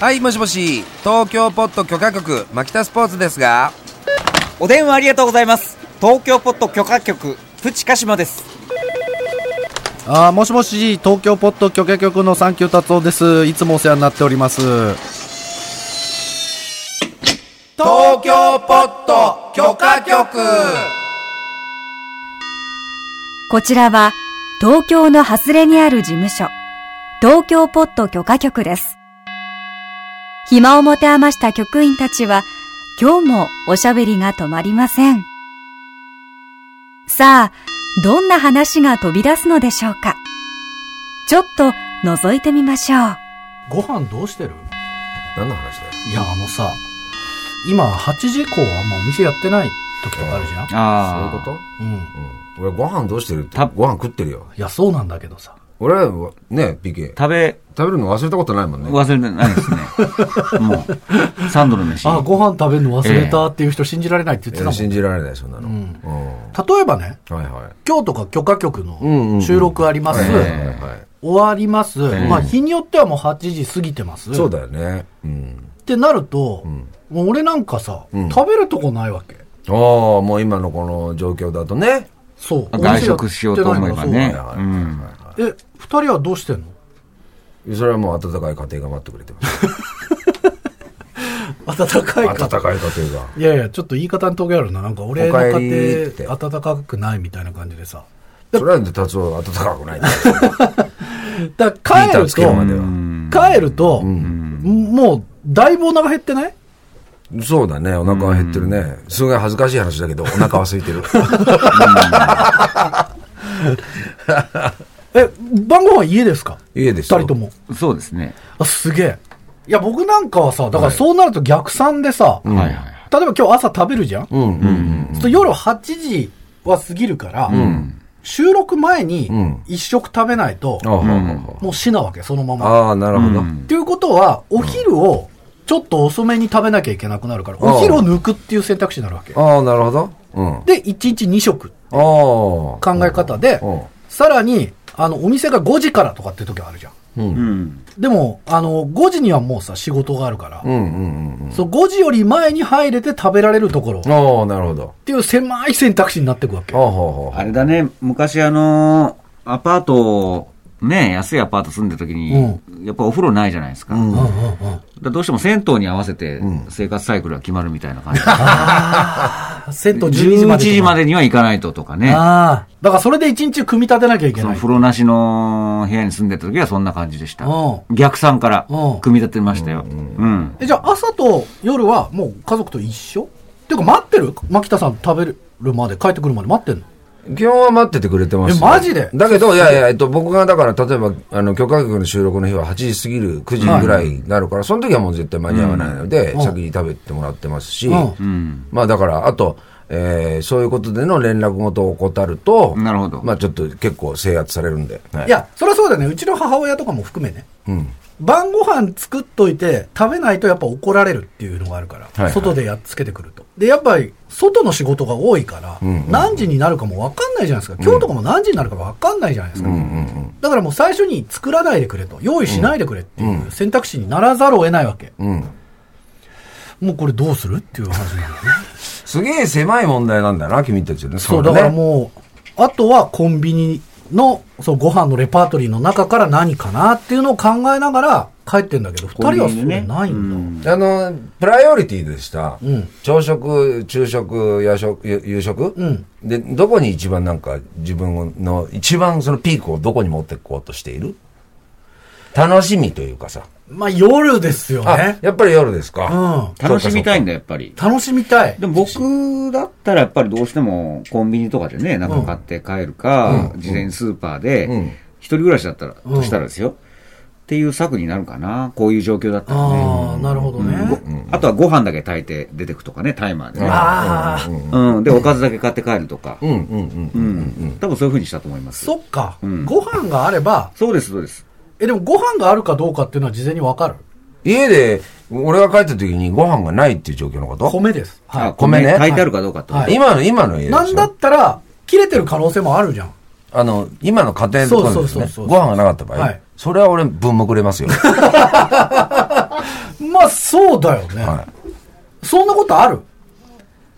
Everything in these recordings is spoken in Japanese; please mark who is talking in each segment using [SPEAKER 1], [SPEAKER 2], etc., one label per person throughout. [SPEAKER 1] はいもしもし東京ポット許可局牧田スポーツですが
[SPEAKER 2] お電話ありがとうございます東京ポット許可局プチカシマです
[SPEAKER 3] あーもしもし東京ポッド許可局のサンキュー達夫ですいつもお世話になっております
[SPEAKER 1] 東京ポット許可局
[SPEAKER 4] こちらは東京の外れにある事務所、東京ポット許可局です。暇を持て余した局員たちは、今日もおしゃべりが止まりません。さあ、どんな話が飛び出すのでしょうか。ちょっと覗いてみましょう。
[SPEAKER 5] ご飯どうしてる
[SPEAKER 1] 何の話だよ
[SPEAKER 5] いやあのさ今8時以降はもうお店やってない時とかあるじゃん
[SPEAKER 1] そういう
[SPEAKER 2] あ
[SPEAKER 1] こと、
[SPEAKER 5] うん
[SPEAKER 1] うん、俺ご飯どうしてるって
[SPEAKER 2] た
[SPEAKER 1] ご飯食ってるよ
[SPEAKER 5] いやそうなんだけどさ
[SPEAKER 1] 俺はね PK
[SPEAKER 2] 食べ
[SPEAKER 1] 食べるの忘れたことないもんね
[SPEAKER 2] 忘れてないですね もうサンドの飯
[SPEAKER 5] あご飯食べるの忘れたっていう人信じられないって言ってた
[SPEAKER 1] いや
[SPEAKER 5] もん、
[SPEAKER 1] 信じられないそんなの、
[SPEAKER 5] うん
[SPEAKER 1] うん
[SPEAKER 5] 例えばね
[SPEAKER 1] はいはい
[SPEAKER 5] 今日とか許可局
[SPEAKER 1] んうんう
[SPEAKER 5] の
[SPEAKER 1] ん
[SPEAKER 5] 収録あります、
[SPEAKER 1] はいはいはいはい
[SPEAKER 5] 終わります、
[SPEAKER 2] え
[SPEAKER 5] まあ日によってはもう8時過ぎてます
[SPEAKER 1] そうだよねうん
[SPEAKER 5] ってなると、もう俺なんかさ、
[SPEAKER 1] ん
[SPEAKER 5] 食べるとこないわけ
[SPEAKER 1] ああもう今のこの状況だとね
[SPEAKER 5] そう
[SPEAKER 2] 外食しようと思えばねう
[SPEAKER 1] はいはいはい
[SPEAKER 2] ん
[SPEAKER 1] は
[SPEAKER 5] え二人はどうしてんの
[SPEAKER 1] いそれはもう温かい家庭が待ってくれてます
[SPEAKER 5] 温かい
[SPEAKER 1] 温
[SPEAKER 5] か
[SPEAKER 1] かい家庭が
[SPEAKER 5] いやいや、ちょっと言い方にトゲあるな。なんか俺の
[SPEAKER 1] おかえり
[SPEAKER 5] 家
[SPEAKER 1] って
[SPEAKER 5] 庭、暖かくないみたいな感じでさ。
[SPEAKER 1] それはで達夫は温かくないね
[SPEAKER 5] だから帰
[SPEAKER 1] ビーター
[SPEAKER 5] る
[SPEAKER 1] つけるまでは
[SPEAKER 5] と、帰ると、もう、だいぶお腹減ってない
[SPEAKER 1] そうだねお腹は減ってるねすごい恥ずかしい話だけどお腹は空いてる
[SPEAKER 5] え、晩ご飯家ですか
[SPEAKER 1] 家
[SPEAKER 5] 二
[SPEAKER 1] ですよ
[SPEAKER 5] 人とも。
[SPEAKER 2] そうですね
[SPEAKER 5] あ、すげえ。いや、僕なんかはさ、だからそうなると逆算でさ、
[SPEAKER 2] はいはいはい
[SPEAKER 5] 例えば今日朝食べるじゃん、そう
[SPEAKER 1] うんうん
[SPEAKER 5] すると夜8時は過ぎるから、収録前に
[SPEAKER 1] ん
[SPEAKER 5] 一食食べないと、
[SPEAKER 1] ああ
[SPEAKER 5] もう死なわけ、そのまま。
[SPEAKER 1] ああなるほど、
[SPEAKER 5] っていうことは、お昼をちょっと遅めに食べなきゃいけなくなるから、
[SPEAKER 1] ああ
[SPEAKER 5] お昼を抜くっていう選択肢になるわけ。
[SPEAKER 1] ああなるほどうんあ
[SPEAKER 5] で、1日2食
[SPEAKER 1] あ考
[SPEAKER 5] 考え方で
[SPEAKER 1] うん、
[SPEAKER 5] さらに、あの、お店が5時からとかって時はあるじゃん。
[SPEAKER 2] うん
[SPEAKER 5] でも、あの、5時にはもうさ、仕事があるから
[SPEAKER 1] う、んうんうん
[SPEAKER 5] そう、5時より前に入れて食べられるところっ
[SPEAKER 1] ああなるほど
[SPEAKER 5] ていう狭い選択肢になっていくわけ
[SPEAKER 1] あ。あほうほうほ
[SPEAKER 2] あれだね昔あのーアパートね安いアパート住んでる時に、やっぱお風呂ないじゃないですか,、
[SPEAKER 5] うんうんうん。
[SPEAKER 2] どうしても銭湯に合わせて生活サイクルが決まるみたいな感じ、
[SPEAKER 5] 銭湯12
[SPEAKER 2] 11時
[SPEAKER 5] 時
[SPEAKER 2] ま
[SPEAKER 5] まで
[SPEAKER 2] でには行かないととか
[SPEAKER 5] とか。
[SPEAKER 2] ね
[SPEAKER 5] ああ。だからそれで1日組み立てなきゃいけ
[SPEAKER 2] その
[SPEAKER 5] ない
[SPEAKER 2] 風。呂なしの部屋に住んでた時はそんな感じでした
[SPEAKER 5] う。
[SPEAKER 2] 逆算から
[SPEAKER 5] うん
[SPEAKER 2] 組み立てましたよ。うん。
[SPEAKER 5] えじゃあ朝と夜はもう家族と一緒っていうか待ってる牧田さん食べるまで帰ってくるまで待ってんの
[SPEAKER 1] う基本は待っててくれてますよ
[SPEAKER 5] えマジで
[SPEAKER 1] だけどいやいや、えっと、僕がだから例えばあの許可局の収録の日は8時過ぎる9時ぐらいになるから、その時はもう絶対間に合わないので、
[SPEAKER 5] うん
[SPEAKER 1] 先に食べてもらってますし、
[SPEAKER 5] うん
[SPEAKER 2] うん。
[SPEAKER 1] まあだから、あと、えーそういうことでの連絡事を怠ると、
[SPEAKER 2] なるほど
[SPEAKER 1] まあちょっと結構制圧されるんで。はい
[SPEAKER 5] やそりゃそうだよねうちの母親とかも含めね、晩ご飯作っといて食べないとやっぱ怒られるっていうのがあるから、
[SPEAKER 1] はい
[SPEAKER 5] 外でやっつけてくるとでやっぱり外の仕事が多いから、何時になるかも分かんないじゃないですか今日とかも何時になるか分かんないじゃないですか、だからもう最初に作らないでくれと用意しないでくれっていう選択肢にならざるを得ないわけ、
[SPEAKER 1] うん。
[SPEAKER 5] もうこれどうするっていう話なんだよね
[SPEAKER 1] すげえ狭い問題なんだな、君たちね。
[SPEAKER 5] そう、
[SPEAKER 1] れ
[SPEAKER 5] だ
[SPEAKER 1] ね
[SPEAKER 5] からもう、あとはコンビニの、そう、ご飯のレパートリーの中から何かなっていうのを考えながら帰ってんだけど、二人はそれないんだ。
[SPEAKER 1] あの、プライオリティでした。
[SPEAKER 5] ん
[SPEAKER 1] 朝食、昼食、夜食、ゆ夕食、
[SPEAKER 5] ん
[SPEAKER 1] で、どこに一番なんか自分の、一番そのピークをどこに持ってこうとしている楽しみというかさ。
[SPEAKER 5] まあ、夜ですよ
[SPEAKER 1] あ
[SPEAKER 5] ね、。
[SPEAKER 1] やっぱり夜ですか。
[SPEAKER 5] う
[SPEAKER 2] 楽しみたいんだ、
[SPEAKER 1] だ。
[SPEAKER 2] やっぱり。
[SPEAKER 5] 楽しみたい。
[SPEAKER 2] でも僕だったらやっぱりどうしてもコンビニとかでね、なんか買って帰るか、事前にスーパー
[SPEAKER 1] うん
[SPEAKER 2] で、一人暮らしだったら、
[SPEAKER 5] うん
[SPEAKER 2] としたらですよ。っていう策になるかな。こういう状況だったらね。
[SPEAKER 5] ああ、なるほどね。
[SPEAKER 2] うんあとはご飯だけ炊いて出てくとかね、タイマーでね。
[SPEAKER 5] ああ、
[SPEAKER 2] うん。で、おかずだけ買って帰るとか。
[SPEAKER 1] うんうんうん。
[SPEAKER 2] うん。多分そういうふうにしたと思います。
[SPEAKER 5] そっか、
[SPEAKER 2] ん
[SPEAKER 5] ご飯があれば、
[SPEAKER 2] そうです、そうです。
[SPEAKER 5] え、でもご飯があるかどうかっていうのは事前にわかる。
[SPEAKER 1] 家で、俺が帰った時にご飯がないっていう状況のこと
[SPEAKER 5] 米です。は
[SPEAKER 2] あ
[SPEAKER 5] い。
[SPEAKER 1] 米ね
[SPEAKER 2] 炊いてあるかどうかってこと
[SPEAKER 5] はい
[SPEAKER 1] 今の、今の家でしょ
[SPEAKER 5] なんだったら、切れてる可能性もあるじゃん。
[SPEAKER 1] あの、今の家庭のところにです
[SPEAKER 5] そうそうそう
[SPEAKER 1] ね、
[SPEAKER 5] そう
[SPEAKER 1] ご飯がなかった場合、
[SPEAKER 5] はい
[SPEAKER 1] それは俺、分もくれますよ。
[SPEAKER 5] まあ、そうだよね。
[SPEAKER 1] は
[SPEAKER 5] そんなことある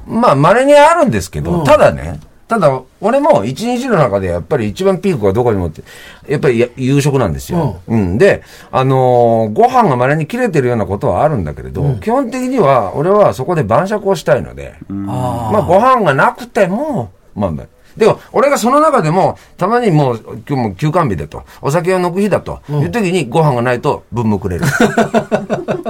[SPEAKER 1] まあ、稀にあるんですけど、
[SPEAKER 5] うん
[SPEAKER 1] ただね、ただ、俺も一日の中でやっぱり一番ピークはどこにもって、やっぱりや夕食なんですよ。うん。で、あのーご飯が稀に切れてるようなことはあるんだけれど、基本的には俺はそこで晩酌をしたいので、まあ、ご飯がなくても、まあ、でも、俺がその中でも、たまにもう、今日も休館日だと、お酒を飲く日だと、いう時にご飯がないと分もくれる。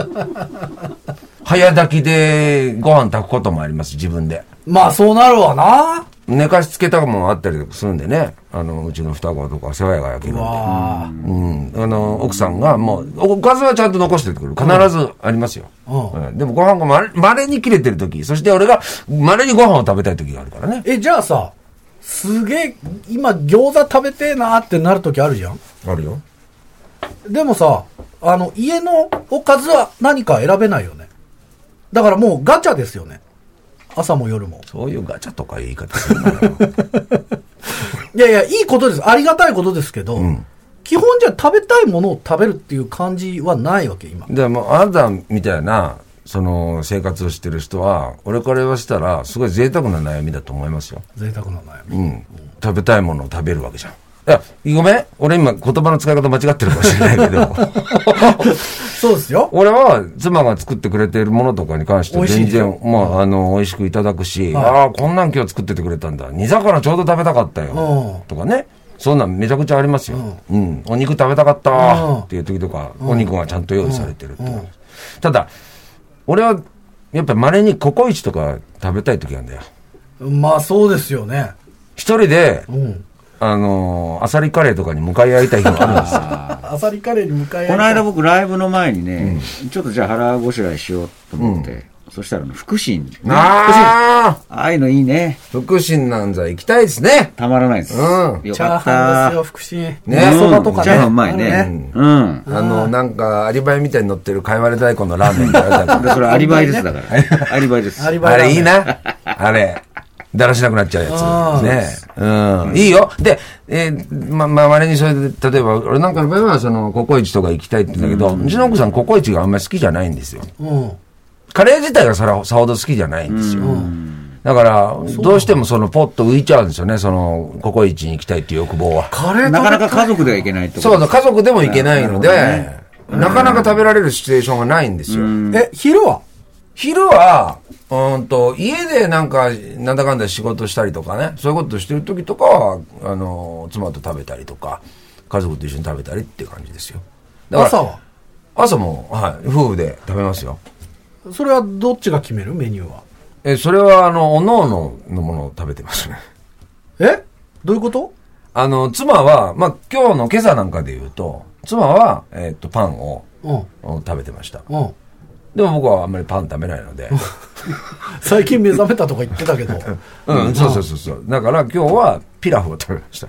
[SPEAKER 1] 早炊きでご飯炊くこともあります、自分で。
[SPEAKER 5] まあ、そうなるわな。
[SPEAKER 1] 寝かしつけたもんあったりするんでね、あの、うちの双子とか世話が焼けるんで。
[SPEAKER 5] あ
[SPEAKER 1] うん。あの、奥さんがもう、おおかずはちゃんと残しててくる。必ずありますよ。
[SPEAKER 5] うん
[SPEAKER 1] うんでもご飯がまれ稀に切れてる時、そして俺が稀にご飯を食べたい時があるからね。
[SPEAKER 5] え、じゃあさ、すげえ、今餃子食べてえなってなるときあるじゃん
[SPEAKER 1] あるよ。
[SPEAKER 5] でもさ、あの、家のおかずは何か選べないよね。だからもうガチャですよね。朝も夜も。
[SPEAKER 1] そういうガチャとか言い方するなよ
[SPEAKER 5] いやいや、いいことです。ありがたいことですけど、基本じゃ食べたいものを食べるっていう感じはないわけ、今。
[SPEAKER 1] でも、あなたみたいな、その、生活をしてる人は、俺から言わせたら、すごい贅沢な悩みだと思いますよ。
[SPEAKER 5] 贅沢な悩み。
[SPEAKER 1] うん、食べたいものを食べるわけじゃん。いや、ごめん。俺今言葉の使い方間違ってるかもしれない けど。
[SPEAKER 5] そうですよ。
[SPEAKER 1] 俺は妻が作ってくれているものとかに関して
[SPEAKER 5] 美味しい
[SPEAKER 1] 全
[SPEAKER 5] でし
[SPEAKER 1] 然
[SPEAKER 5] ょ、
[SPEAKER 1] まあ、あの、美味しくいただくし、
[SPEAKER 5] はい
[SPEAKER 1] ああ、こんなん今日作っててくれたんだ。煮魚ちょうど食べたかったよ
[SPEAKER 5] う。ん
[SPEAKER 1] とかね。そんなんめちゃくちゃありますよ。うん。お肉食べたかっ
[SPEAKER 5] う
[SPEAKER 1] た
[SPEAKER 5] ん
[SPEAKER 1] っていう時とか、お肉がちゃんと用意されてるっていう。ただ、俺は、やっぱ稀にココイチとか食べたい時なんだよ。
[SPEAKER 5] まあそうですよね。
[SPEAKER 1] 一人で、
[SPEAKER 5] うん。
[SPEAKER 1] あのー、アサリカレーとかに向かい合いたい日があるんですよ。
[SPEAKER 5] アサリカレーに向かい合い
[SPEAKER 2] この間僕ライブの前にね、ちょっとじゃあ腹ごしらえしようと思って、そしたらあの福神、
[SPEAKER 1] ああ
[SPEAKER 2] ああいうのいいね。
[SPEAKER 1] 福神なんざ行きたいですね。
[SPEAKER 2] たまらないです。
[SPEAKER 1] うん
[SPEAKER 2] よ
[SPEAKER 5] チャ
[SPEAKER 2] か
[SPEAKER 5] ー
[SPEAKER 2] っ
[SPEAKER 5] ハ
[SPEAKER 2] た
[SPEAKER 5] ンですよ、。福神。
[SPEAKER 1] ね
[SPEAKER 2] うん
[SPEAKER 5] そばとかね。
[SPEAKER 2] チャーハンうまいね。
[SPEAKER 5] ある
[SPEAKER 2] うん。
[SPEAKER 1] あの、なんか、アリバイみたいに乗ってるかいわれ大根のラーメンみたいな
[SPEAKER 2] だからそれアリバイです、 だから。アリバイです。
[SPEAKER 5] アリバイ
[SPEAKER 1] あれいいな。あれ。だらしなくなっちゃうやつ。ねうん。いいよ。で、えーま、ま、稀にそれで、例えば、俺なんかの場合は、その、ココイチとか行きたいって言うんだけど、うちの奥さんココイチがあんまり好きじゃないんですよ。
[SPEAKER 5] うん。
[SPEAKER 1] カレー自体がさらさほど好きじゃないんですよ。だから、どうしてもその、ポッと浮いちゃうんですよね、その、ココイチに行きたいっていう欲望は。
[SPEAKER 5] カレー食べ
[SPEAKER 2] なかなか家族ではいけないとこ
[SPEAKER 1] そうそう、家族でも行けないので、なかなか食べられるシチュエーションがないんですよ。
[SPEAKER 5] え、昼は
[SPEAKER 1] 昼は、うーんと、家でなんか、なんだかんだ仕事したりとかね、そういうことしてる時とかは、あの、妻と食べたりとか、家族と一緒に食べたりっていう感じですよ。だから
[SPEAKER 5] 朝は
[SPEAKER 1] 朝も、はい、夫婦で食べますよ。
[SPEAKER 5] それはどっちが決めるメニューは。
[SPEAKER 1] え、それは、あの、おのおののものを食べてますね。
[SPEAKER 5] えどういうこと
[SPEAKER 1] あの、妻は、まあ、今日の今朝なんかで言うと、妻は、えっ、と、パンを、
[SPEAKER 5] うん。
[SPEAKER 1] うん食べてました。
[SPEAKER 5] うん。
[SPEAKER 1] でも僕はあんまりパン食べないので、
[SPEAKER 5] 最近目覚めたとか言ってたけ ど。
[SPEAKER 1] うん、そうそうそうそう。だから今日はピラフを食べました。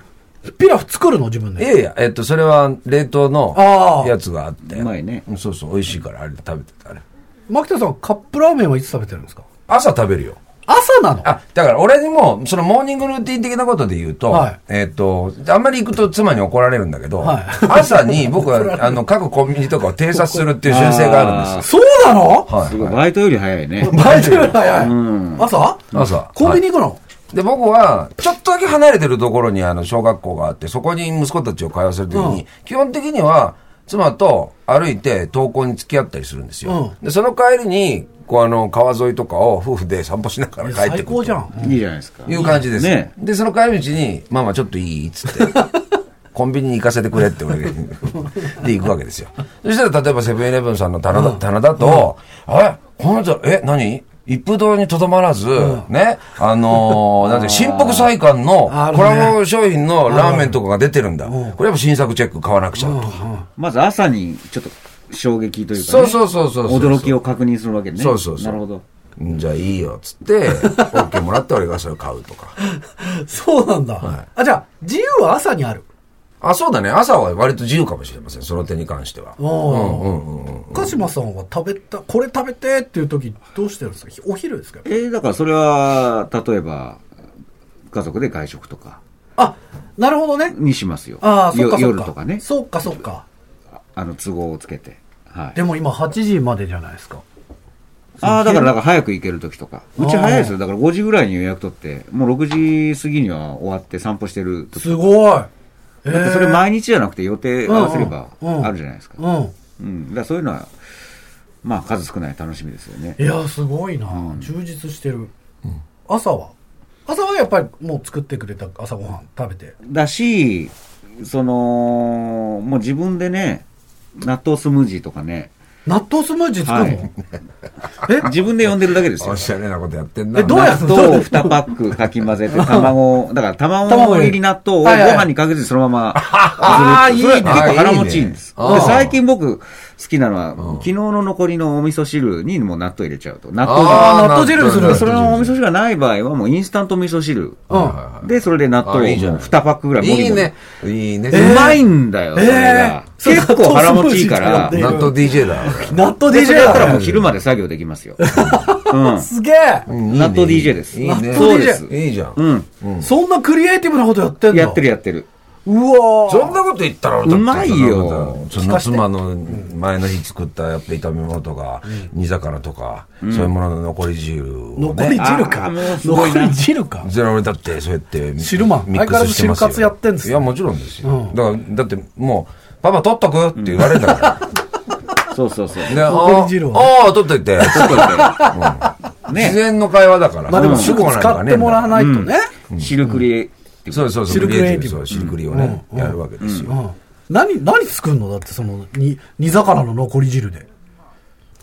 [SPEAKER 5] ピラフ作るの自分
[SPEAKER 1] い
[SPEAKER 5] で。
[SPEAKER 1] やいや、えっと、それは冷凍の
[SPEAKER 5] あー
[SPEAKER 1] やつがあって。
[SPEAKER 2] うまいね
[SPEAKER 1] うんそうそう、美味しいから、あれ食べてた、あれ。
[SPEAKER 5] 牧田さん、カップラーメンはいつ食べてるんですか
[SPEAKER 1] 朝食べるよ。
[SPEAKER 5] 朝なの
[SPEAKER 1] あ、だから俺にも、そのモーニングルーティン的なことで言うと、
[SPEAKER 5] はい
[SPEAKER 1] えっと、あんまり行くと妻に怒られるんだけど、
[SPEAKER 5] はい
[SPEAKER 1] 朝に僕 は、あの、各コンビニとかを偵察するっていう習性があるんです。
[SPEAKER 5] そうなの
[SPEAKER 1] は
[SPEAKER 2] すごい、バイトより早い ね。
[SPEAKER 5] バイトより早い。朝
[SPEAKER 1] 朝
[SPEAKER 5] コンビニ行くの
[SPEAKER 1] で、僕は、ちょっとだけ離れてるところに、あの、小学校があって、そこに息子たちを通わせるときに、
[SPEAKER 5] うん
[SPEAKER 1] 基本的には、妻と歩いて登校に付き合ったりするんですよ。で、その帰りに、こう、あの、川沿いとかを夫婦で散歩しながら
[SPEAKER 5] いや
[SPEAKER 1] 帰って
[SPEAKER 5] 最
[SPEAKER 1] くる。
[SPEAKER 5] 高じゃ。ん。
[SPEAKER 2] いいじゃないですか。
[SPEAKER 1] いう感じです。
[SPEAKER 2] ね
[SPEAKER 1] で、その帰り道に、ママちょっといいっつって、コンビニに行かせてくれって俺が言うで行くわけですよ。そしたら、例えばセブンイレブンさんの棚だ,、棚だと、あれこの人、え、何一風堂にとどまらず、ね、あのー、なんて、新北菜館の
[SPEAKER 5] ある
[SPEAKER 1] コ
[SPEAKER 5] ね
[SPEAKER 1] ラボ商品のラーメンとかが出てるんだ。これやっぱ新作チェック買わなくちゃとか。
[SPEAKER 2] まず朝にちょっと衝撃というか、ね、
[SPEAKER 1] そうそうそうそうそう
[SPEAKER 2] 驚きを確認するわけね。
[SPEAKER 1] そうそうそう
[SPEAKER 2] なるほど。
[SPEAKER 1] うんじゃあいいよ、っつって、OK もらって俺がそれを買うとか。
[SPEAKER 5] そうなんだ。あ、じゃあ、自由は朝にある。
[SPEAKER 1] あ、そうだね。朝は割と自由かもしれません。その点に関しては。
[SPEAKER 5] うん鹿島さんは食べた、これ食べてっていう時どうしてるんですかお昼ですか
[SPEAKER 2] えー、だからそれは、例えば、家族で外食とか
[SPEAKER 5] あ、なるほどね。
[SPEAKER 2] にしますよ。
[SPEAKER 5] ああ、そっかそっか。
[SPEAKER 2] よ夜とかね。
[SPEAKER 5] そっかそっか。
[SPEAKER 2] あの、都合をつけて。はい。
[SPEAKER 5] でも今8時までじゃないですか。
[SPEAKER 2] ああ、だから、なんか早く行ける時とか。うち早いですよ。だから5時ぐらいに予約取って、もう6時過ぎには終わって散歩してる時。
[SPEAKER 5] すごい。え
[SPEAKER 2] だってそれ毎日じゃなくて予定合わせれば
[SPEAKER 5] うんうん
[SPEAKER 2] あるじゃないですか。
[SPEAKER 5] うん。
[SPEAKER 2] うん。だからそういうのは、まあ数少ない楽しみですよね
[SPEAKER 5] い。や、すごいな。
[SPEAKER 2] うん
[SPEAKER 5] 充実してる。朝は朝はやっぱりもう作ってくれた朝ごはん食べて。
[SPEAKER 2] だし、その、もう自分でね、納豆スムージーとかね、
[SPEAKER 5] 納豆スムージー作るの、
[SPEAKER 2] は
[SPEAKER 5] え
[SPEAKER 2] 自分で呼んでるだけですよ
[SPEAKER 1] お。しゃれなことやってんな。
[SPEAKER 5] えどうや
[SPEAKER 2] 納豆を2パックかき混ぜて、卵、だから卵入り納豆をご
[SPEAKER 5] はいはい
[SPEAKER 2] 飯にかけずにそのまま。
[SPEAKER 5] あー
[SPEAKER 2] それ
[SPEAKER 5] いいね
[SPEAKER 2] 結構腹持ちいいんです。
[SPEAKER 1] あーいいね
[SPEAKER 2] で
[SPEAKER 1] あー
[SPEAKER 2] 最近僕好きなのは、昨日の残りのお味噌汁にも納豆入れちゃうと。納豆汁
[SPEAKER 5] あー納豆汁にする
[SPEAKER 2] でそれのお味噌
[SPEAKER 1] 汁。
[SPEAKER 2] 汁がない場合はもうインスタント味噌汁。
[SPEAKER 5] うん。
[SPEAKER 2] で、それで納豆を
[SPEAKER 1] あいいじゃない
[SPEAKER 2] 2パックぐらいもり
[SPEAKER 1] いい
[SPEAKER 2] もり
[SPEAKER 1] ね。いいね。
[SPEAKER 2] うまいんだよ、それが。
[SPEAKER 5] えー
[SPEAKER 2] 結構腹持ちいいから。
[SPEAKER 5] そ
[SPEAKER 2] で
[SPEAKER 5] うそう
[SPEAKER 1] 納豆 DJ だ。
[SPEAKER 5] 納豆
[SPEAKER 2] それ
[SPEAKER 5] DJ
[SPEAKER 2] だ
[SPEAKER 5] だ
[SPEAKER 2] っ
[SPEAKER 5] か
[SPEAKER 2] た
[SPEAKER 5] ら
[SPEAKER 2] らもう昼まで作業できますよ。 うん。
[SPEAKER 5] すげえ、
[SPEAKER 1] うんいいね
[SPEAKER 2] 納豆 DJ です。
[SPEAKER 1] いいね。
[SPEAKER 2] そうです。
[SPEAKER 1] いいじゃん。
[SPEAKER 2] うん。
[SPEAKER 5] そんなクリエイティブなことやってんの
[SPEAKER 2] やってるやってる。
[SPEAKER 5] うわー
[SPEAKER 1] そんなこと言ったら俺だって
[SPEAKER 2] うまいよ
[SPEAKER 1] その妻の前の日作ったやっぱ炒め物とか、煮魚とか、そういうものの残り汁を
[SPEAKER 5] 残り
[SPEAKER 1] ね。
[SPEAKER 5] 汁か
[SPEAKER 2] あもうすごい
[SPEAKER 5] 残
[SPEAKER 2] な
[SPEAKER 5] り汁か
[SPEAKER 1] ゼロ俺だってそうやって
[SPEAKER 5] 汁マン
[SPEAKER 1] ミッ
[SPEAKER 5] 相変
[SPEAKER 1] クスしてますよ
[SPEAKER 5] わらず汁活やってんです
[SPEAKER 1] い
[SPEAKER 5] ね
[SPEAKER 1] やもちろんです
[SPEAKER 5] う
[SPEAKER 1] よ
[SPEAKER 5] ん
[SPEAKER 1] だからだってもうパパ取っとくって言われたから
[SPEAKER 2] そうそうそう。
[SPEAKER 1] ね、あ
[SPEAKER 5] 残り汁をね
[SPEAKER 1] ああ、取っと いて。
[SPEAKER 2] ちょっとね
[SPEAKER 1] うん
[SPEAKER 2] ね
[SPEAKER 1] 自然の会話だから。
[SPEAKER 5] まあでも
[SPEAKER 1] 主
[SPEAKER 5] す
[SPEAKER 1] 語
[SPEAKER 5] ぐ
[SPEAKER 1] なんか
[SPEAKER 5] 使
[SPEAKER 1] ね
[SPEAKER 5] ってもらわないとね、
[SPEAKER 2] シルクリエイティ
[SPEAKER 1] そうそうそう。
[SPEAKER 5] シルクレイティブ
[SPEAKER 1] そうシルクリをね、やるわけです
[SPEAKER 5] うん
[SPEAKER 1] よ。
[SPEAKER 5] 何何作るのだってそのに煮魚の残り汁で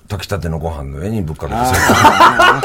[SPEAKER 1] 炊きたてのご飯の上にぶっかけてさ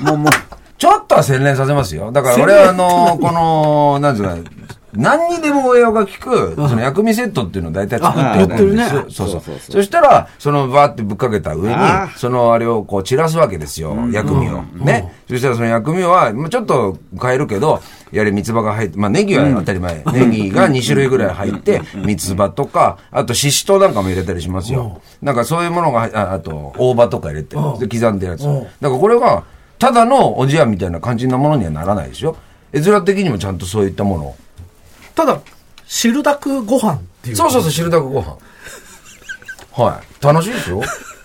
[SPEAKER 2] ブ。もう、もう、
[SPEAKER 1] ちょっとは洗練させますよ。だから俺はあの、この、なんですか、何にでも応用が効く、その薬味セットっていうのを大体作
[SPEAKER 5] あ
[SPEAKER 1] ってるんです
[SPEAKER 5] やってる
[SPEAKER 1] よ。
[SPEAKER 5] ね
[SPEAKER 1] そうそう
[SPEAKER 2] そうそうそう
[SPEAKER 1] そしたら、そのバーってぶっかけた上に
[SPEAKER 2] あー、
[SPEAKER 1] そのあれをこう散らすわけですよ。薬味を。ね。そしたらその薬味は、まあちょっと変えるけど、やはり三つ葉が入って、まあネギは当たり前。ネギが2種類ぐらい入って、三つ葉とか、あとししとうなんかも入れたりしますよ。なんかそういうものが、ああと大葉とか入れて、
[SPEAKER 5] うん
[SPEAKER 1] で刻んでるやつ。だ
[SPEAKER 5] うん
[SPEAKER 1] からこれが、ただのおじやみたいな感じなものにはならないですよ。絵面的にもちゃんとそういったものを。
[SPEAKER 5] ただ汁だくご飯っていう
[SPEAKER 1] そうそうそう、汁だくご 飯。はい。楽しいですよ。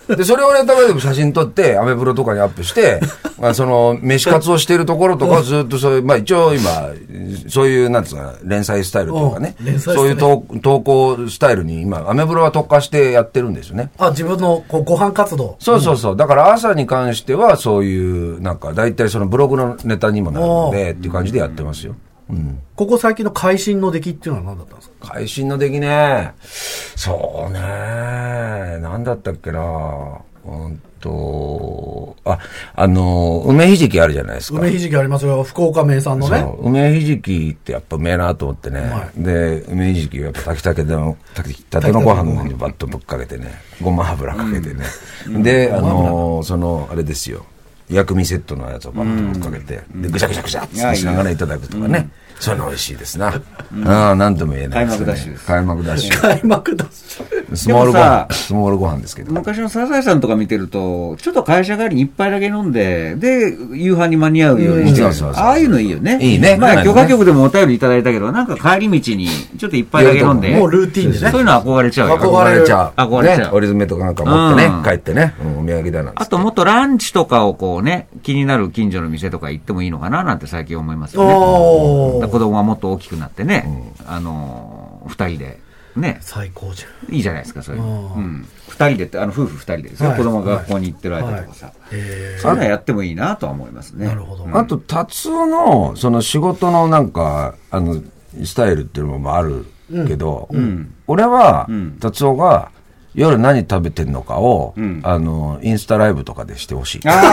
[SPEAKER 1] で、それをね、例えば写真撮って、アメブロとかにアッ プして、まあ、その、飯活をしているところとかをずっとそういう、まあ一応今、そういう、なんつうか、連載スタイルというかね
[SPEAKER 5] うん連載、スタイル
[SPEAKER 1] そういう投投稿スタイルに今、アメブロは特化してやってるんですよね。
[SPEAKER 5] あ自分のこうご飯活動
[SPEAKER 1] そうそうそう。だから朝に関しては、そういう、なんか、大体そのブログのネタにもなるので、っていう感じでやってますよ。
[SPEAKER 5] ここ最近の会心の出来っていうのは何だったんですか
[SPEAKER 1] 会心の出来ね。そうね。なんだったっけな。うんと、あ、あの、梅ひじきあるじゃないですか。
[SPEAKER 5] 梅ひじきありますよ福岡名産の
[SPEAKER 1] そ
[SPEAKER 5] ね
[SPEAKER 1] う梅ひじきってやっぱうめえなと思ってね、で梅ひじきをやっぱ炊きたての炊きたてのご飯の上にバッとぶっかけてねごま油かけてね、であのーそのあれですよ薬味セットのやつをバッとぶっかけて、でぐちゃぐちゃぐちゃってしながらいただくとかね、そういうの美味しいですな、ああ何とも言えない
[SPEAKER 2] 開幕ダッシュです
[SPEAKER 1] 開幕ダッシュ
[SPEAKER 5] 開幕だし
[SPEAKER 1] スモールご
[SPEAKER 2] でもさ
[SPEAKER 1] 飯スモールご飯ですけど
[SPEAKER 2] 昔のサザエさんとか見てると、ちょっと会社帰りに一杯だけ飲んで、で、夕飯に間に合うようにして
[SPEAKER 1] う
[SPEAKER 2] る
[SPEAKER 1] んそうそうそう
[SPEAKER 2] ああいうのいいよね。
[SPEAKER 1] いいね
[SPEAKER 2] ま
[SPEAKER 1] な
[SPEAKER 2] あ、
[SPEAKER 1] んか
[SPEAKER 2] 許
[SPEAKER 1] ね
[SPEAKER 2] 可局でもお便りいただいたけど、なんか帰り道にちょっと一杯だけ飲んで、
[SPEAKER 5] もうルーティンでね
[SPEAKER 2] そういうの憧れちゃうよ。
[SPEAKER 5] 憧れる
[SPEAKER 1] ちゃう
[SPEAKER 2] 憧れちゃう
[SPEAKER 1] ね、折り詰めとかなんか持ってね、
[SPEAKER 2] うん
[SPEAKER 1] 帰ってね、うんお土産だなんつって
[SPEAKER 2] あともっとランチとかをこうね、気になる近所の店とか行ってもいいのかななんて最近思いますよね。だ
[SPEAKER 5] お
[SPEAKER 2] から
[SPEAKER 5] ー
[SPEAKER 2] 子供がもっと大きくなってね、あのー、二人で、ね、
[SPEAKER 5] 最高じゃん
[SPEAKER 2] いいじゃないですか、そういうの。
[SPEAKER 5] う
[SPEAKER 2] うんん。二人でって、あの、夫婦二人でですよ、
[SPEAKER 5] はい
[SPEAKER 2] 子供が学校に行ってる間とかさ。
[SPEAKER 5] え
[SPEAKER 2] そういうのはやってもいいなとは思いますね。
[SPEAKER 5] なるほど
[SPEAKER 2] うん
[SPEAKER 1] あと、達夫の、その仕事のなんか、あの、スタイルっていうのもあるけど、俺は、
[SPEAKER 2] ん
[SPEAKER 1] 達夫が、夜何食べてんのかを、
[SPEAKER 2] ん
[SPEAKER 1] あの、インスタライブとかでしてほしい。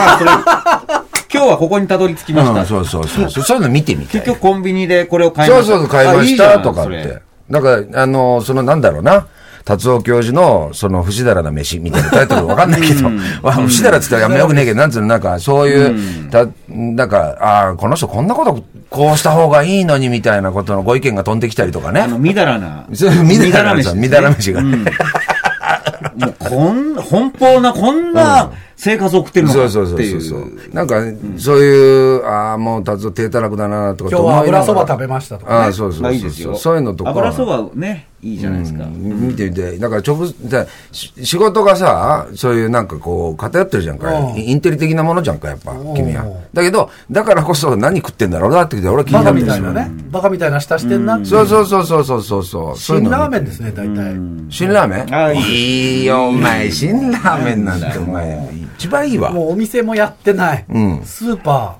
[SPEAKER 2] ああ、それ、今 日はここにたどり着きまし
[SPEAKER 1] う
[SPEAKER 2] た。
[SPEAKER 1] んそうそうそうそう。そういうの見てみたい
[SPEAKER 2] 結。局コンビニでこれを買いま
[SPEAKER 1] そう
[SPEAKER 2] した。
[SPEAKER 1] そう、買い
[SPEAKER 2] あ
[SPEAKER 1] ました
[SPEAKER 2] いいじゃん
[SPEAKER 1] とかっ
[SPEAKER 2] それ
[SPEAKER 1] て。だから、あの、そのなんだろうな。達夫教授の、その、節だらな飯みたいなタイトルわかんないけど、わ、節だらって言ったらあんまよくねえけど、なんつうの、なんか、そういう、た、なんか、ああー、この人こんなこと、こうした方がいいのにみたいなことのご意見が飛んできたりとかね
[SPEAKER 2] あ。の、みだらな。
[SPEAKER 1] そうみだらな
[SPEAKER 2] みですね
[SPEAKER 1] みだら飯がね
[SPEAKER 2] うんもう、こん、奔放な、こんな、生活を送ってるの
[SPEAKER 1] そ
[SPEAKER 2] か
[SPEAKER 1] う
[SPEAKER 2] って
[SPEAKER 1] そうそう
[SPEAKER 2] い。
[SPEAKER 1] そううそう。なんか、そういう、ああ、もう達夫低たらくだなとか
[SPEAKER 5] 今日は油そば食べましたとか
[SPEAKER 1] あ
[SPEAKER 5] ね
[SPEAKER 1] あ、そうそう
[SPEAKER 2] まあ
[SPEAKER 1] そう
[SPEAKER 2] いいです
[SPEAKER 1] そ
[SPEAKER 2] よ。
[SPEAKER 1] う。そういうのとか。
[SPEAKER 2] 油そばね、いいじゃないですか。
[SPEAKER 1] 見てみて、だから直、だし仕事がさ、そういうなんかこう、偏ってるじゃんか、
[SPEAKER 5] うん
[SPEAKER 1] インテリ的なものじゃんか、やっぱ、君は
[SPEAKER 5] うん。
[SPEAKER 1] だけど、だからこそ何食ってんだろうなって、俺は気に
[SPEAKER 5] バ
[SPEAKER 1] な
[SPEAKER 5] カ
[SPEAKER 1] っ
[SPEAKER 5] み
[SPEAKER 1] てる
[SPEAKER 5] たい
[SPEAKER 1] し
[SPEAKER 5] なね。バカみたいな舌してんなって。
[SPEAKER 1] そうそうそうそうそうそうそう。そうい
[SPEAKER 5] 辛
[SPEAKER 1] うの
[SPEAKER 5] ラーメンですね、大体。
[SPEAKER 1] 辛ラーメン
[SPEAKER 2] あいい
[SPEAKER 1] いいよ、お前。辛ラーメンなんて、お前。一番いいわ。
[SPEAKER 5] もうお店もやってない。スーパ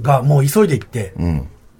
[SPEAKER 5] ーがもう急いで行って、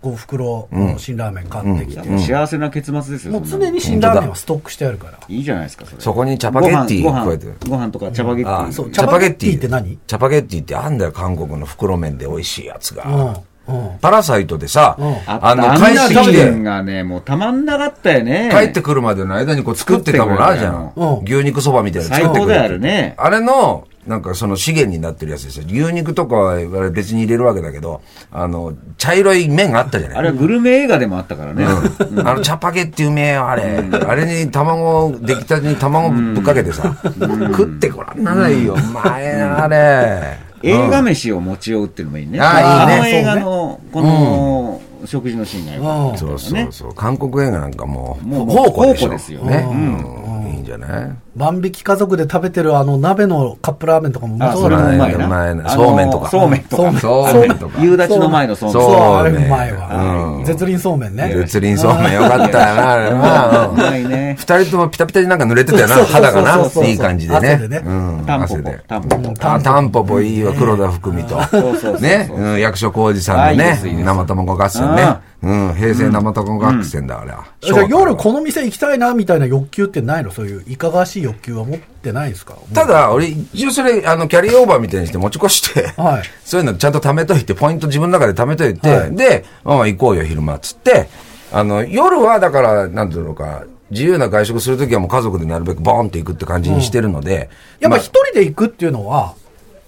[SPEAKER 5] こう袋の辛ラーメン買ってき
[SPEAKER 2] いや
[SPEAKER 5] て。
[SPEAKER 2] もう幸せな結末ですよ。
[SPEAKER 5] もう
[SPEAKER 2] そんな
[SPEAKER 5] 常に辛ラーメンはストックしてあるから。
[SPEAKER 2] いいじゃないですか、それ。
[SPEAKER 1] そこにチャパゲッティ
[SPEAKER 2] ご
[SPEAKER 1] こうや
[SPEAKER 2] 飯
[SPEAKER 1] って。
[SPEAKER 2] ご飯とかチャパゲッテ
[SPEAKER 1] あ
[SPEAKER 2] ィ。
[SPEAKER 1] あ
[SPEAKER 5] そう
[SPEAKER 1] チャパゲッテ
[SPEAKER 5] チャパゲッティ
[SPEAKER 1] ィ
[SPEAKER 5] って何
[SPEAKER 1] チャパゲッティってあんだよ、韓国の袋麺で美味しいやつが。
[SPEAKER 5] うん。うん。
[SPEAKER 1] パラサイトでさ
[SPEAKER 5] うん、
[SPEAKER 2] あ
[SPEAKER 1] あ
[SPEAKER 2] の、
[SPEAKER 1] の、
[SPEAKER 2] 帰
[SPEAKER 1] 帰
[SPEAKER 2] っ
[SPEAKER 1] ってて
[SPEAKER 2] き
[SPEAKER 1] きて、
[SPEAKER 2] がね、もうたまんなかったよね。
[SPEAKER 1] 帰ってくるまでの間にこう作ってたもんあるじゃん
[SPEAKER 5] 作って。く
[SPEAKER 1] 牛肉そばみたいなの
[SPEAKER 2] 最
[SPEAKER 1] 作っ
[SPEAKER 2] 高
[SPEAKER 1] てく
[SPEAKER 2] で
[SPEAKER 1] れ
[SPEAKER 2] あ
[SPEAKER 1] て
[SPEAKER 2] るね。
[SPEAKER 1] あれの、なんかその資源になってるやつですよ。牛肉とかは別に入れるわけだけど、あの、茶色い麺があったじゃない。
[SPEAKER 2] あれはグルメ映画でもあったからね。
[SPEAKER 1] あの、チャパゲってうめえよ、あれ。あれに卵を、出来たてに卵ぶっかけてさ、食ってごらんなさいよ、うまいな、あれ。
[SPEAKER 2] 映画飯を持ち寄うっていうのもいいね。
[SPEAKER 1] あ
[SPEAKER 5] あいいね
[SPEAKER 2] の映画の、この、食事のシーンがよかった
[SPEAKER 1] そう
[SPEAKER 2] ね
[SPEAKER 1] そうそう。韓国映画なんかもう、
[SPEAKER 2] もう
[SPEAKER 1] 宝庫でし
[SPEAKER 2] 宝庫
[SPEAKER 1] ょ
[SPEAKER 2] ですよ
[SPEAKER 1] ね。うんいいんじゃない
[SPEAKER 5] 万引き家族で食べてるあの鍋のカップラーメンとかもうま
[SPEAKER 2] あ、
[SPEAKER 5] そう
[SPEAKER 2] それ
[SPEAKER 5] だ
[SPEAKER 2] も
[SPEAKER 5] ね
[SPEAKER 2] うまい
[SPEAKER 1] そうだねうまい
[SPEAKER 2] な。
[SPEAKER 1] なそうめんとか
[SPEAKER 2] あのそうめんとか。
[SPEAKER 1] そうめんとか。
[SPEAKER 2] 夕立の前のそうめん。
[SPEAKER 5] そう、あれ
[SPEAKER 1] そうめん
[SPEAKER 5] うまいわ
[SPEAKER 1] う。ん
[SPEAKER 5] 絶輪そうめんね。
[SPEAKER 1] 絶輪そうめんよかったよな、あれな
[SPEAKER 2] う
[SPEAKER 1] うん
[SPEAKER 2] まいね。
[SPEAKER 1] 二人ともピタピタになんか濡れてたよ
[SPEAKER 5] そ
[SPEAKER 1] な、
[SPEAKER 5] うそうそうそう
[SPEAKER 1] 肌がな。いい感じでね。
[SPEAKER 5] 汗でね
[SPEAKER 1] うん
[SPEAKER 2] タンポ
[SPEAKER 1] 汗
[SPEAKER 2] ポ
[SPEAKER 1] で。。
[SPEAKER 2] タンポポ。
[SPEAKER 1] あタンポポいいわ、黒田福美と
[SPEAKER 2] そうそうそう。
[SPEAKER 1] ね、うん役所広司さんの
[SPEAKER 2] あいいで
[SPEAKER 1] ね
[SPEAKER 2] すいいです
[SPEAKER 1] 生卵合戦ね。うん、平成生卵合戦だ、あれは。
[SPEAKER 5] じゃあ夜この店行きたいなみたいな欲求ってないのそういういかがわしい欲求は持ってないんですか
[SPEAKER 1] ただ、俺、一応それ、あの、キャリーオーバーみたいにして持ち越して、
[SPEAKER 5] はい
[SPEAKER 1] そういうのちゃんと貯めといて、ポイント自分の中で貯めといて、
[SPEAKER 5] はい
[SPEAKER 1] で、うん、行こうよ、昼間、つって、あの、夜は、だから、なんていうのか、自由な外食するときはもう家族でなるべくボーンって行くって感じにしてるので、
[SPEAKER 5] やっぱ
[SPEAKER 1] まあ
[SPEAKER 5] 一人で行くっていうのは、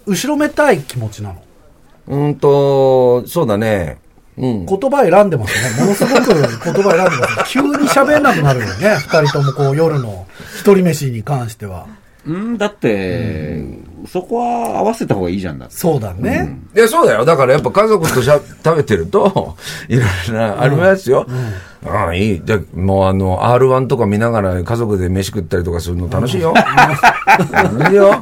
[SPEAKER 5] 後ろめたい気持ちなの。
[SPEAKER 1] うーんと、そうだね、うん。
[SPEAKER 5] 言葉選んでますね。ものすごく言葉選んで ますね。急に喋んなくなるよね。二人ともこう夜の一人飯に関しては。
[SPEAKER 2] うん、だって、そこは合わせた方がいいじゃんだって。
[SPEAKER 5] そうだね。
[SPEAKER 1] いや、そうだよ。だからやっぱ家族としゃ 食べてると、 いろいろな、ありますよ。ああ、いい。でもうあの、R1 とか見ながら家族で飯食ったりとかするの楽しい よ。楽しいよ。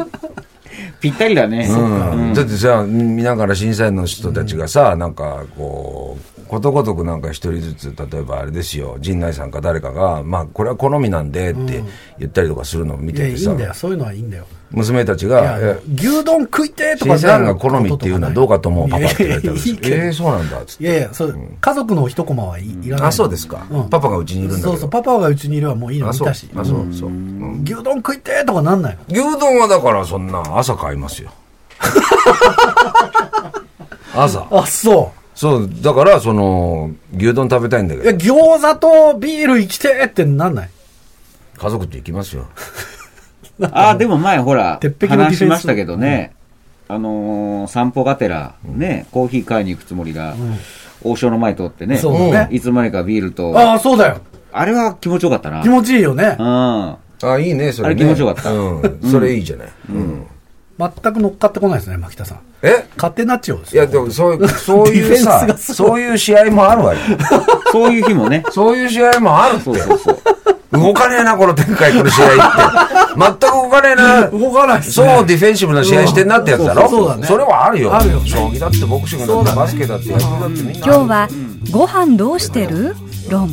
[SPEAKER 2] ぴったりだね。
[SPEAKER 1] うんだってさ、見ながら審査員の人たちがさ、なんかこう、ことごとくなんか一人ずつ、例えばあれですよ、陣内さんか誰かが、まあこれは好みなんでって言ったりとかするのを見
[SPEAKER 5] いや、
[SPEAKER 1] て
[SPEAKER 5] い
[SPEAKER 1] て
[SPEAKER 5] い
[SPEAKER 1] さ
[SPEAKER 5] んだ、よ。そういうのはいいんだよ。
[SPEAKER 1] 娘たち
[SPEAKER 5] いや
[SPEAKER 1] が、え
[SPEAKER 5] 牛丼食いてーとか
[SPEAKER 1] 審
[SPEAKER 5] に
[SPEAKER 1] 査
[SPEAKER 5] な
[SPEAKER 1] 員
[SPEAKER 5] る
[SPEAKER 1] が好みっていうのはどうかと思う、パパって言われた
[SPEAKER 5] いや
[SPEAKER 1] んで
[SPEAKER 5] い
[SPEAKER 1] す
[SPEAKER 5] やい
[SPEAKER 1] よ
[SPEAKER 5] い。けど
[SPEAKER 1] えー、そうなんだ、つっ
[SPEAKER 5] い
[SPEAKER 1] て。
[SPEAKER 5] やいや、そう、家族の一コマはいいらない。
[SPEAKER 1] あ、そうですか
[SPEAKER 5] うん。
[SPEAKER 1] パパがうちにいるんだ
[SPEAKER 5] そう
[SPEAKER 1] け
[SPEAKER 5] そう、
[SPEAKER 1] ど。
[SPEAKER 5] パパがうちにいるはもういいの
[SPEAKER 1] あ、
[SPEAKER 5] 見
[SPEAKER 1] そう。
[SPEAKER 5] た
[SPEAKER 1] あ、
[SPEAKER 5] し。
[SPEAKER 1] そう、そう。うん
[SPEAKER 5] 牛丼食いてーとかなんないの
[SPEAKER 1] 牛丼はだからそんな、朝買います よ。朝。
[SPEAKER 5] あ、そ
[SPEAKER 1] そう、だから、その、牛丼食べたいんだけ
[SPEAKER 5] う。いや、
[SPEAKER 1] ど、
[SPEAKER 5] 餃子とビール生きてーってなんない
[SPEAKER 1] 家族と行きますよ。
[SPEAKER 2] あ、でも前ほら
[SPEAKER 5] 鉄、壁のディフェン
[SPEAKER 2] 話しま
[SPEAKER 5] ス
[SPEAKER 2] したけどね、あのー散歩がてら、ね、コーヒー買いに行くつもりが、王将の前通ってね、
[SPEAKER 5] そうだね
[SPEAKER 2] いつまでかビールと、
[SPEAKER 5] ああ、そうだよ。
[SPEAKER 2] あれは気持ちよかったな。
[SPEAKER 5] 気持ちいいよね。
[SPEAKER 2] うん。
[SPEAKER 1] あ、いいね、そ
[SPEAKER 2] あ
[SPEAKER 1] れ、ね。
[SPEAKER 2] れ気持ちよかった
[SPEAKER 1] うん。それいいじゃない。うん。
[SPEAKER 5] 全く乗っかってこないですね、牧田さん。
[SPEAKER 1] え
[SPEAKER 5] 勝手になっちゃうです
[SPEAKER 1] いや、で
[SPEAKER 5] よ。
[SPEAKER 1] も、そう、そういう
[SPEAKER 5] ディフェンスが
[SPEAKER 1] さ、
[SPEAKER 5] すごい
[SPEAKER 1] そういう試合もあるわよ。。
[SPEAKER 2] そういう日もね
[SPEAKER 1] そういう試合もあるって
[SPEAKER 2] そう。そうそう。
[SPEAKER 1] 動かねえな、この展開、この試 合って。全く動かねえな。
[SPEAKER 5] 動かないっすね
[SPEAKER 1] そう、ディフェンシブな試合してんなってやつだろ。
[SPEAKER 5] うんそうそうそうだね
[SPEAKER 1] それはあるよ。
[SPEAKER 5] あるよね
[SPEAKER 1] 将棋だって、ボクシングだって、バスケだって、野球だって、みんな。
[SPEAKER 4] 今日は「ご飯どうしてる?」論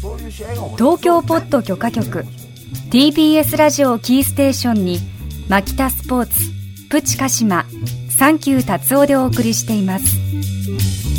[SPEAKER 1] そういう試合が面白い
[SPEAKER 4] 東京ポッド許可局 TBS ラジオキーステーションに「マキタスポーツ」「プチカシマ」「サンキュー達夫」でお送りしています。